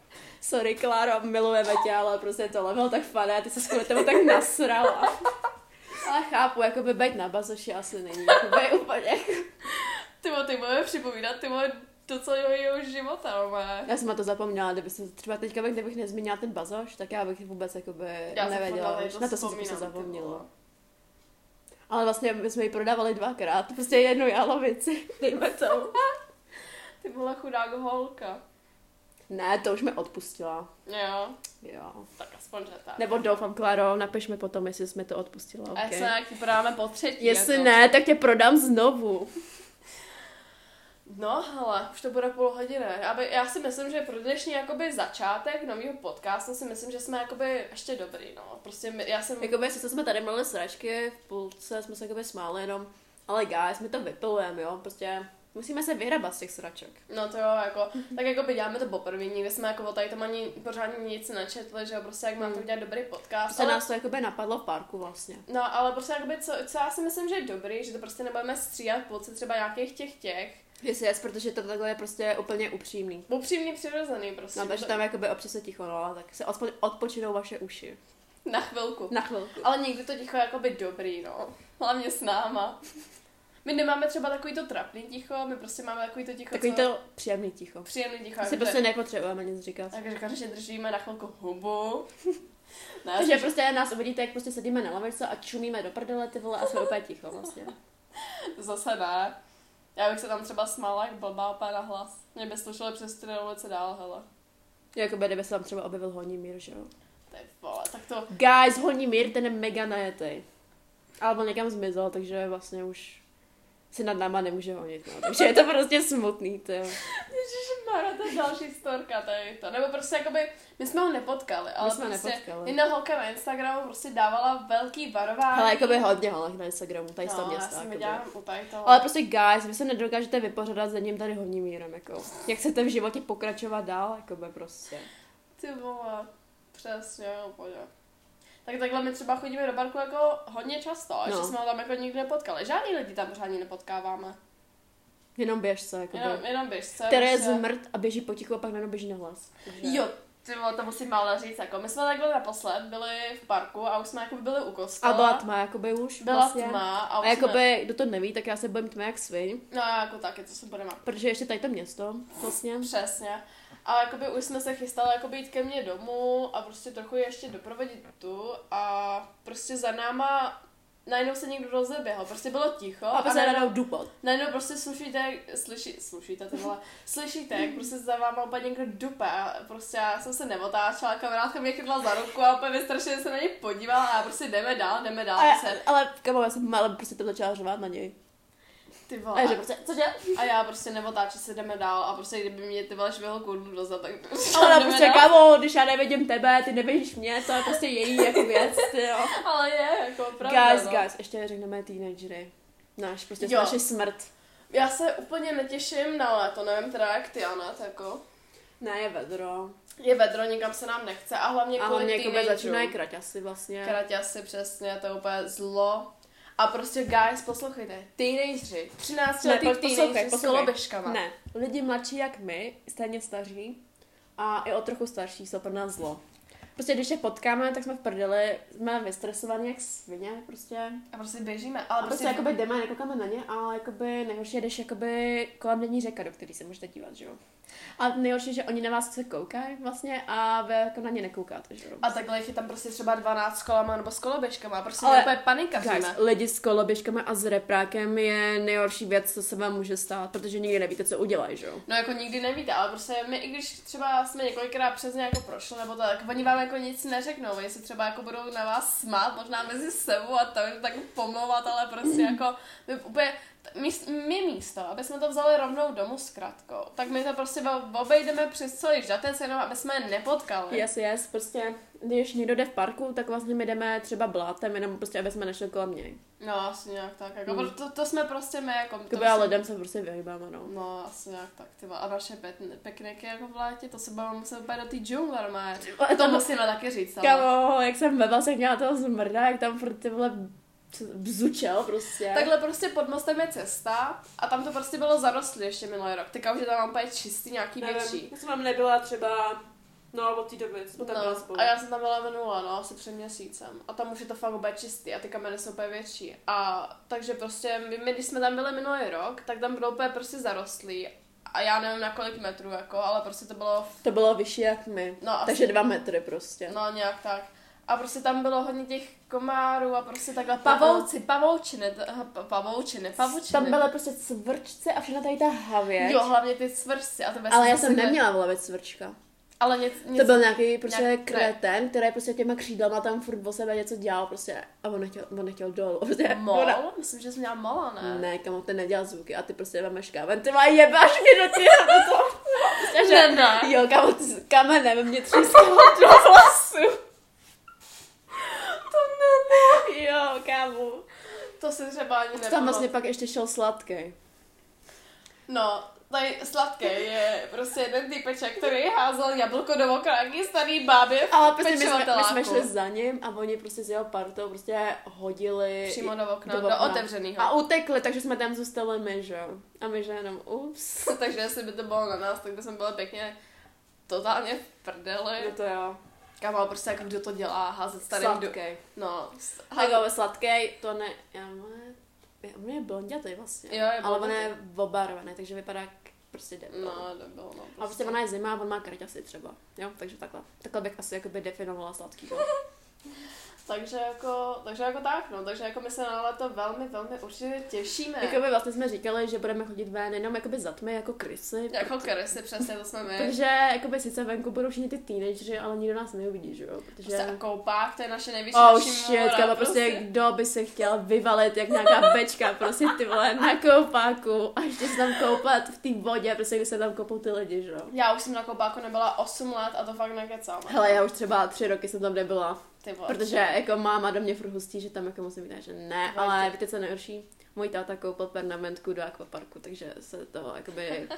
B: *laughs* Sorry, Kláro, milujeme tě, ale prostě tohle bylo tak fané, ty se s kvůli tomu tak nasrala. Ale chápu, jako by být na bazoši asi není, jakoby úplně.
A: *laughs* Ty vole, ty budeme připomínat, ty vole, do celého jeho života, normálně.
B: Já jsem na to zapomněla, kdyby se třeba teďka, kdybych nezmínila ten bazoš, tak já bych vůbec jakoby
A: Já jsem
B: nevěděla,
A: podle
B: už
A: toho
B: na to jsem si
A: vzpomínám,
B: prostě
A: ty
B: zapomněla.
A: vole.
B: Ale vlastně my jsme ji prodávali dvakrát, prostě jednu jalovici, dejme to.
A: Ty byla chudák holka.
B: Ne, to už mi odpustila.
A: Jo,
B: Jo.
A: tak aspoň, že tak.
B: Nebo doufám, Klaro, napiš mi potom, jestli jsme to odpustila,
A: A jestli
B: okay.
A: nějaký podáme po třetí.
B: Jestli
A: jako.
B: ne, tak tě prodám znovu.
A: No hele, už to bude půl hodiny. Aby, já si myslím, že pro dnešní jakoby začátek nového podcastu si myslím, že jsme jakoby ještě dobrý, no. Prostě my, já jsem...
B: Jakoby sice jsme tady mluvili sračky, v půlce jsme se jakoby smáli jenom, ale guys, my to vypilujeme, jo, prostě musíme se vyhrabat z těch sraček.
A: No to jo, jako, tak jako by děláme to poprvé, nikdy jsme jako o tady tam ani pořádně nic nečetli, že jo, prostě jak mám to udělat dobrý podcast.
B: Hmm. Prostě nás to jakoby napadlo v parku vlastně.
A: No, ale prostě jakoby, co, co já si myslím, že je dobrý, že to prostě nebudeme stříhat v půlce třeba nějakých těch těch.
B: Yes, yes, protože to takhle je prostě úplně upřímný.
A: Upřímně přirozený prostě.
B: No, takže tam jakoby občas se ticho, no, tak se aspoň odpočinou vaše uši.
A: Na chvilku.
B: Na chvilku.
A: Ale někdy to ticho je jakoby dobrý, no. Hlavně s náma. My nemáme třeba takový to trapný ticho, my prostě máme takový to ticho,
B: Takový
A: co...
B: to příjemný ticho.
A: Příjemný ticho.
B: Asi
A: jakože-
B: prostě nepotřebujeme nic říkat.
A: Takže říkáš, že držíme na chvilku *laughs* hubu. ne, já
B: Takže
A: jsem-
B: prostě nás uvidíte, jak prostě sedíme na lavice a čumíme do prdele ty vole a jsme úplně ticho *laughs* vlastně.
A: zase ne. Já bych se tam třeba smála jak blbá úplně na hlas. Mě by slyšeli přes tři ulice dál, hele.
B: Jako Jakoby kdyby se tam třeba objevil honí mír, že jo.
A: Ty vole, tak to...
B: Guys, honí mír, ten je mega najetej. Ale on někam zmizel, takže vlastně už se nad náma nemůže honit. No. Takže je to prostě smutný, to
A: Ježišmarja, to *laughs* je další storka, to je to. Nebo prostě jakoby, my jsme ho nepotkali, ale
B: jsme
A: prostě
B: nepotkali.
A: jedna holka na Instagramu prostě dávala velký varování.
B: Ale jakoby hodně holek na Instagramu, tady z toho
A: no, já
B: města.
A: jsem
B: jakoby.
A: viděla u tady toho.
B: Ale prostě guys, vy se nedokážete vypořádat s jedním tady hovním mírem, jako. Jak chcete v životě pokračovat dál, jakoby prostě.
A: Ty vole, přesně, úplně. Tak takhle my třeba chodíme do barku jako hodně často, no. že
B: No.
A: jsme ho tam jako nikdy nepotkali. Žádný lidi tam pořádně nepotkáváme.
B: Jenom běžce, jakoby.
A: Jenom, jenom běžce.
B: Které je
A: prostě.
B: zmrt a běží potichu a pak najednou běží na hlas.
A: Jo, ty vole, to musím ale říct, jako my jsme takhle naposled byli v parku a už jsme jako byli u kostela.
B: A byla tma, jakoby už
A: Byla
B: vlastně.
A: tma a,
B: A
A: už jsme...
B: jakoby, kdo to neví, tak já se bojím tmy jak svin,
A: No a jako taky, co se budeme.
B: protože ještě tady to město, vlastně.
A: Přesně. A jakoby už jsme se chystali jakoby jít ke mně domů a prostě trochu ještě doprovodit tu a prostě za náma najednou se někdo rozeběhl, prostě bylo ticho
B: A pak se
A: najednou,
B: najednou dupot.
A: najednou prostě slyšíte, jak- slyší, slyšíte to vole, slyšíte, jak prostě za váma úplně někdo dupe a prostě já jsem se neotáčela, kamarádka mě chytla za ruku a úplně strašně se na ně podívala a já prostě jdeme dál, jdeme dál,
B: A já,
A: se,
B: ale kamo, já jsem malem prostě to začala řvát na něj.
A: ty
B: A
A: vole,
B: já že prostě, co dělá?
A: a já prostě neotáčím se jdeme dál a prostě kdyby mě ty vole švihl kůdnu dozad, tak prostě
B: Ale
A: *laughs* jdeme
B: prostě
A: dál.
B: kamo, když já nevidím tebe, ty nevidíš mě, to je prostě její jako věc, ty jo.
A: Ale je, jako pravda,
B: Guys,
A: no.
B: guys, ještě řekneme teenagery. Náš, prostě
A: Jo.
B: naše smrt.
A: Já se úplně netěším na léto, nevím teda jak ty, Anat, jako.
B: Ne, je vedro.
A: Je vedro, nikam se nám nechce a hlavně
B: A
A: kvůli
B: hlavně jako
A: teenagerům.
B: začínají kraťasy vlastně.
A: Kraťasy, přesně, to je úplně zlo. A prostě, guys, poslouchejte, teenageři, 13
B: Ne,
A: letý
B: po- poslouchej,
A: teenageři s
B: poslouchej.
A: koloběžkama.
B: Ne, lidi mladší jak my, stejně staří a i o trochu starší jsou pro nás zlo. Prostě když je potkáme, tak jsme v prdeli, jsme vystresovaní jak svině prostě.
A: A prostě běžíme,
B: A
A: ale
B: prostě jakoby jdeme, a nekoukáme na ně, ale jakoby nejhorší je, když jakoby kolem není řeka, do které se můžete dívat, že jo. A nejhorší je, že oni na vás se koukají vlastně a vy jako na ně nekoukáte, že jo.
A: A takhle jich je tam prostě třeba 12 s kolama nebo s koloběžkama, prostě
B: Ale-
A: ale... úplně panikaříme.
B: Guys, lidi s koloběžkami a s reprákem je nejhorší věc, co se vám může stát, protože nikdy nevíte, co udělají, že jo.
A: No jako nikdy nevíte, ale prostě my, i když třeba jsme několikrát přes ně jako prošli, nebo to, tak oni vám jako nic neřeknou, oni se třeba jako budou na vás smát, možná mezi sebou a to jim tak pomlouvat, ale prostě jako my úplně, t- my, my místo, aby jsme to vzali rovnou domů s kratkou, tak my to prostě ob- obejdeme přes celý žatec, jenom aby jsme je nepotkali.
B: Yes, yes, prostě, když někdo jde v parku, tak vlastně my jdeme třeba blátem, jenom prostě, aby jsme nešli kolem něj.
A: No asi nějak tak, jako,
B: Mm.
A: mm. to, to, jsme prostě my jako... to
B: Kdyby já
A: jsme-
B: lidem se prostě vyhýbám, no.
A: No, asi nějak tak, ty vole. A naše pet- pikniky jako v létě, to se budeme muset úplně do té džungle, normálně. To musíme taky říct, ale.
B: Kamo, jak jsem ve Vlasech měla toho zmrda, jak tam furt ty vole bzučel prostě.
A: Takhle prostě pod mostem je cesta a tam to prostě bylo zarostlé ještě minulý rok. Teďka už je tam úplně čistý, nějaký větší.
B: já jsem tam nebyla třeba, no od té doby, jsme
A: No, a já jsem tam byla minula, no, asi před měsícem. A tam už je to fakt úplně čistý a ty kameny jsou úplně větší. A takže prostě, my, my když jsme tam byli minulý rok, tak tam bylo úplně prostě zarostlý. A já nevím na kolik metrů, jako, ale prostě to bylo v
B: To bylo vyšší jak my,
A: No, asi-
B: takže dva metry prostě.
A: No, nějak tak. A prostě tam bylo hodně těch komárů a prostě takhle pavouci, pavoučiny, t- aha, pa- pavoučiny, pavoučiny.
B: Tam byly prostě cvrčce a všechno tady ta havěť.
A: Jo, hlavně ty cvrsti a to bez
B: ale já jsem neměla v hlavě cvrčka.
A: Ale nic, nic
B: To byl nějaký prostě nějak,
A: nějak- ne.
B: kreten, který prostě těma křídlama tam furt o sebe něco dělal prostě a on nechtěl, on nechtěl dolů. *laughs* Prostě, ona-
A: mol? Myslím, že jsi měla mola, ne?
B: ne, kamo, ten nedělal zvuky a ty prostě vemeš kámen, ty má jebáš mě do těla, to
A: Ne, ne. ne.
B: Jo, kamo, ty s kamenem mě třískalo do
A: *laughs*
B: vlasu.
A: To ne, ne.
B: Jo, kamo.
A: To si třeba ani nebylo.
B: Tam vlastně pak ještě šel sladký.
A: No, tady sladké je prostě jeden typeček, který házel jablko do oka, jaký starý bábě v
B: Ale prostě my jsme, my
A: pečovateláku.
B: jsme šli za ním a oni prostě s jeho partou prostě hodili
A: Přímo do okna, do otevřenýho.
B: A utekli, takže jsme tam zůstali my, že jo. A my že jenom ups.
A: Takže jestli by to bylo na nás, tak by jsme byli pěkně totálně v prdeli.
B: Je to jo.
A: Kámo, prostě jako kdo to dělá, házet starým do...
B: Sladký.
A: No,
B: Tak
A: házet...
B: ale sladký, to ne... Já mě, já mě je blondětej vlastně.
A: Jo, je
B: ale on
A: blondětej.
B: je obarvený, takže vypadá jak prostě debil.
A: No, to bylo, no.
B: A prostě ona je zima
A: *laughs*
B: a on má kraťasy třeba. Jo, takže takhle. Takhle bych asi jakoby definovala sladký.
A: Takže jako, takže jako tak, no. Takže jako my se na léto velmi, velmi určitě těšíme.
B: Jakoby vlastně jsme říkali, že budeme chodit ven jenom jakoby za tmy, jako krysy.
A: Jako krysy, přesně to jsme my.
B: Protože jakoby sice venku budou všichni ty teenageři, ale nikdo nás neuvidí, že jo? Protože...
A: Prostě a koupák, to je naše nejvyšší
B: Oh
A: naší
B: shit,
A: mora,
B: kámo, prostě kdo by se chtěl vyvalit jak nějaká bečka, prostě ty vole, na koupáku a ještě se tam koupat v té vodě, prostě když se tam koupou ty lidi, že jo.
A: Já už jsem na koupáku nebyla 8 let a to fakt nekecám.
B: Hele, já už třeba tři roky jsem tam nebyla,
A: Ty vole.
B: protože jako máma do mě furt hustí, že tam jako musím být, že ne,
A: Tvrdě.
B: ale víte, co je nejhorší? Můj táta koupil pernamentku do akvaparku, takže se toho jakoby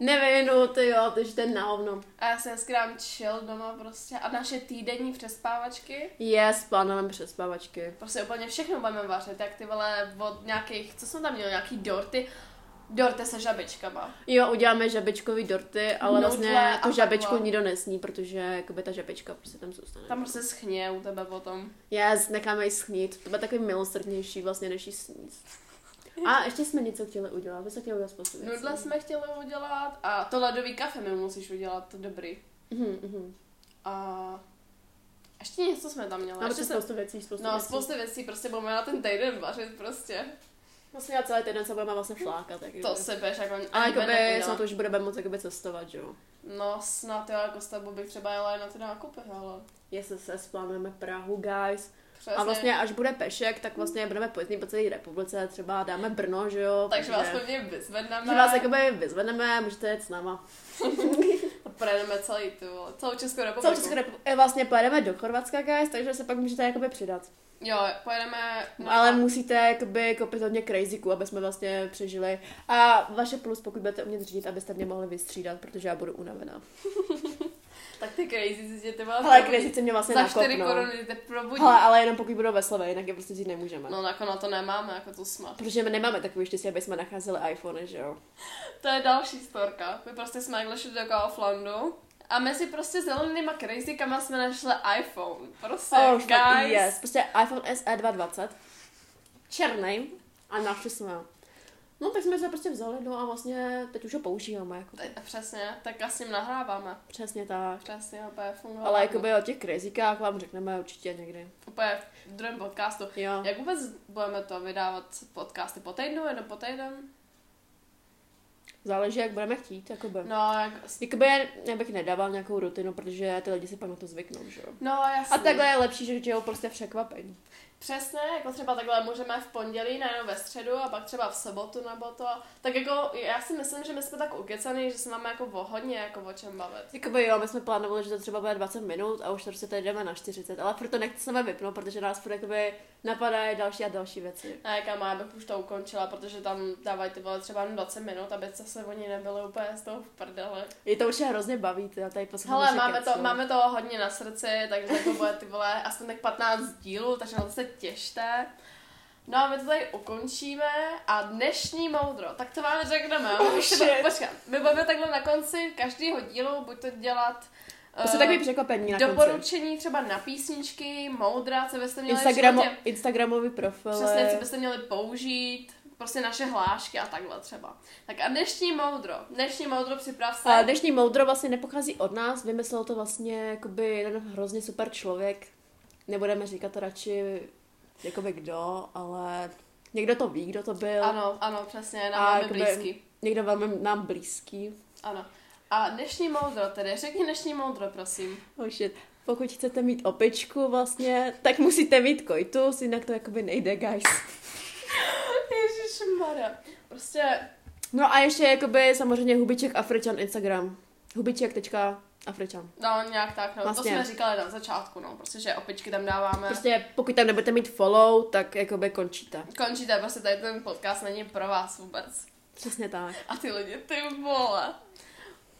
B: nevyjenu, ty jo, takže ten na hovno.
A: A já se hezky dám chill doma prostě a naše týdenní přespávačky.
B: Yes, plánujeme přespávačky.
A: Prostě úplně všechno budeme vařit, jak ty vole od nějakých, co jsme tam měli, nějaký dorty. Dorty se žabičkama.
B: Jo, uděláme žabečkový dorty, ale
A: Nudle
B: vlastně
A: a
B: tu žabečku
A: takhle.
B: nikdo nesní, protože jakoby ta žabečka prostě tam zůstane.
A: Tam prostě schně u tebe potom.
B: Yes, necháme ji schnít. To bude takový milosrdnější vlastně, než ji sníst. A ještě jsme něco chtěli udělat, my jsme chtěli udělat spoustu věcí.
A: Nudle jsme chtěli udělat a to ledový kafe mi musíš udělat, to dobrý.
B: Mhm, mhm.
A: A ještě něco jsme tam měli.
B: Máme
A: ještě
B: ještě
A: jsem...
B: spoustu věcí, spoustu
A: No,
B: No, věcí.
A: spoustu věcí, prostě budeme na ten týden vařit prostě.
B: Vlastně já celý týden se budeme vlastně flákat. Takže.
A: To se běž, jako
B: Ale
A: ani
B: jakoby
A: nepodělá.
B: snad už budeme moc jakoby cestovat, že jo.
A: No snad jo, jako s tebou bych třeba jela i na ty nákupy, hele.
B: Jestli se splánujeme Prahu, guys.
A: Přesně.
B: A vlastně až bude pešek, tak vlastně budeme pojezdní po celé republice, třeba dáme Brno, že jo.
A: Takže vás
B: protože-
A: pevně vyzvedneme.
B: Že vás jakoby vyzvedneme, můžete jet s náma.
A: A projedeme celý tu, vole, celou Českou republiku.
B: Celou Českou republiku. E, Vlastně pojedeme do Chorvatska, guys, takže se pak můžete jakoby přidat.
A: Jo, pojedeme na...
B: Ale musíte jakoby koupit hodně crazyku, aby jsme vlastně přežili. A vaše plus, pokud budete umět řídit, abyste mě mohli vystřídat, protože já budu unavená.
A: Tak ty crazy si tě ty vole
B: Ale
A: probudí.
B: crazy se mě vlastně
A: Za 4
B: nakopnou.
A: koruny te probudí.
B: Hele, ale jenom pokud budou ve slevě, jinak je prostě vzít nemůžeme.
A: No jako na to nemáme, jako to smart.
B: Protože my nemáme takový štěstí, aby jsme nacházeli iPhone, že jo?
A: To je další storka. My prostě jsme jakhle šli do Kauflandu. A mezi prostě zelenýma crazykama jsme našli iPhone. Prostě,
B: Oh,
A: guys.
B: yes. Prostě iPhone SE 220. Černý. A našli jsme ho. No tak jsme se prostě vzali, no a vlastně teď už ho používáme, jako
A: Te- Přesně, tak já s ním nahráváme.
B: přesně tak.
A: Přesně, úplně fungovalo.
B: Ale jakoby o těch crazykách vám řekneme určitě někdy.
A: Úplně v druhém podcastu.
B: Jo.
A: Jak vůbec budeme to vydávat podcasty po týdnu, jenom po týden?
B: Záleží, jak budeme chtít, jakoby. No.
A: No, jak...
B: Jakoby já bych nedával nějakou rutinu, protože ty lidi si pak na to zvyknou, že jo.
A: No, jasně.
B: A takhle je lepší, že tě je prostě překvapení.
A: Přesně, jako třeba takhle můžeme v pondělí, najednou ve středu a pak třeba v sobotu nebo to. Tak jako, já si myslím, že my jsme tak ukecaný, že se máme jako o hodně jako o čem bavit.
B: Jakoby jo, my jsme plánovali, že to třeba bude 20 minut a už to prostě tady jdeme na 40, ale proto nechceme vypnout, protože nás furt jakoby napadají další a další věci.
A: A jaká má, abych už to ukončila, protože tam dávají ty vole třeba jenom 20 minut, aby se oni nebyli úplně z toho v prdele.
B: Je to už je hrozně baví, teda tady poslouchat
A: Hele,
B: naše no.
A: máme, to,
B: kecy.
A: máme toho hodně na srdci, takže to bude ty vole aspoň tak 15 dílů, takže na to se těšte. No a my to tady ukončíme a dnešní moudro, tak to vám řekneme.
B: Oh, shit.
A: Počkat, my budeme takhle na konci každého dílu, buď to dělat
B: To jsou
A: eh,
B: takový překvapení na konci.
A: doporučení třeba na písničky, moudra, co byste měli v
B: Instagramo,
A: životě-
B: Instagramový profil.
A: Přesně, co byste měli použít, prostě naše hlášky a takhle třeba. Tak a dnešní moudro, dnešní moudro připrav se.
B: A dnešní moudro vlastně nepochází od nás, vymyslel to vlastně jakoby jeden hrozně super člověk. Nebudeme říkat radši jakoby kdo, ale někdo to ví, kdo to byl.
A: Ano, ano,
B: A
A: přesně, nám velmi
B: jakoby-
A: blízký.
B: Někdo velmi nám blízký.
A: Ano. A dnešní moudro tedy, řekni dnešní moudro,
B: *laughs*
A: prosím.
B: Oh shit. Pokud chcete mít opičku vlastně, tak musíte mít koitus, jinak to jakoby nejde, guys.
A: Ježišmarja. Prostě,
B: No a ještě jakoby samozřejmě hubiček Afričan Instagram. Hubiček.afričan.
A: no nějak tak, no.
B: Vlastně.
A: To jsme říkali na začátku, no. Prostě, že opičky tam dáváme. Prostě...
B: Prostě pokud tam nebudete mít follow, tak jakoby končíte.
A: Končíte, prostě tady ten podcast není pro vás vůbec.
B: Přesně tak.
A: A ty lidi, ty vole.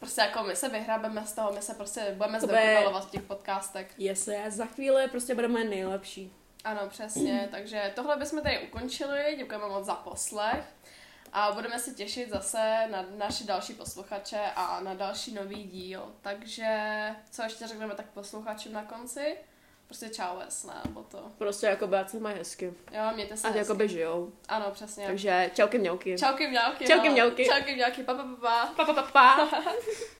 A: Prostě jako my se vyhrabeme z toho, my se prostě budeme
B: To by-
A: zdokonalovat v těch podcastech.
B: Yes, za chvíli prostě budeme nejlepší.
A: Ano, přesně. Takže tohle bychom tady ukončili. Děkujeme moc za poslech. A budeme se těšit zase na naše další posluchače a na další nový díl. Takže co ještě řekneme tak posluchačům na konci? Prostě čau, jasné, nebo to.
B: Prostě jako ať se mají hezky.
A: Jo, mějte se
B: Ať
A: hezky.
B: jakoby žijou.
A: Ano, přesně. Takže...
B: Takže čauky mňauky.
A: Čauky mňauky.
B: Čauky
A: no.
B: mňauky.
A: Čauky mňauky, pa pa pa pa.
B: Pa, pa, pa, pa.